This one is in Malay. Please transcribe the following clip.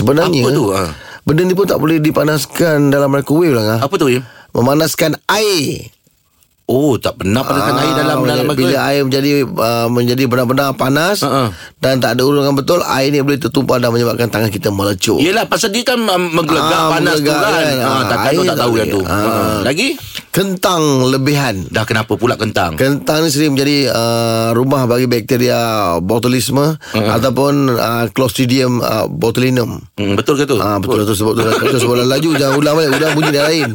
Sebenarnya Apa tu? Ha. Benda ni pun tak boleh dipanaskan dalam microwave lah Ngah. Apa tu Im? Memanaskan air Oh tak pernah panaskan air dalam Ah, dalam bila microwave. air menjadi uh, menjadi benar-benar panas Ha, ha. dan tak ada urungan betul air ni boleh tertumpah dan menyebabkan tangan kita melecup. Yelah pasal dia kan um, menggelegak Ah, panas tu menggelegak kan. kan. Ha, Ah, takkan air tak tak tahu boleh. yang tu. Ah. Ha. Lagi? Kentang lebihan. Dah kenapa pula kentang? Kentang ni sering menjadi uh, rumah bagi bakteria botulisme uh-huh. ataupun uh, Clostridium uh, botulinum. Hmm, betul ke tu? Ah betul tu sebab tu Kau sebab laju jangan ulang balik ulang bunyi dah lain.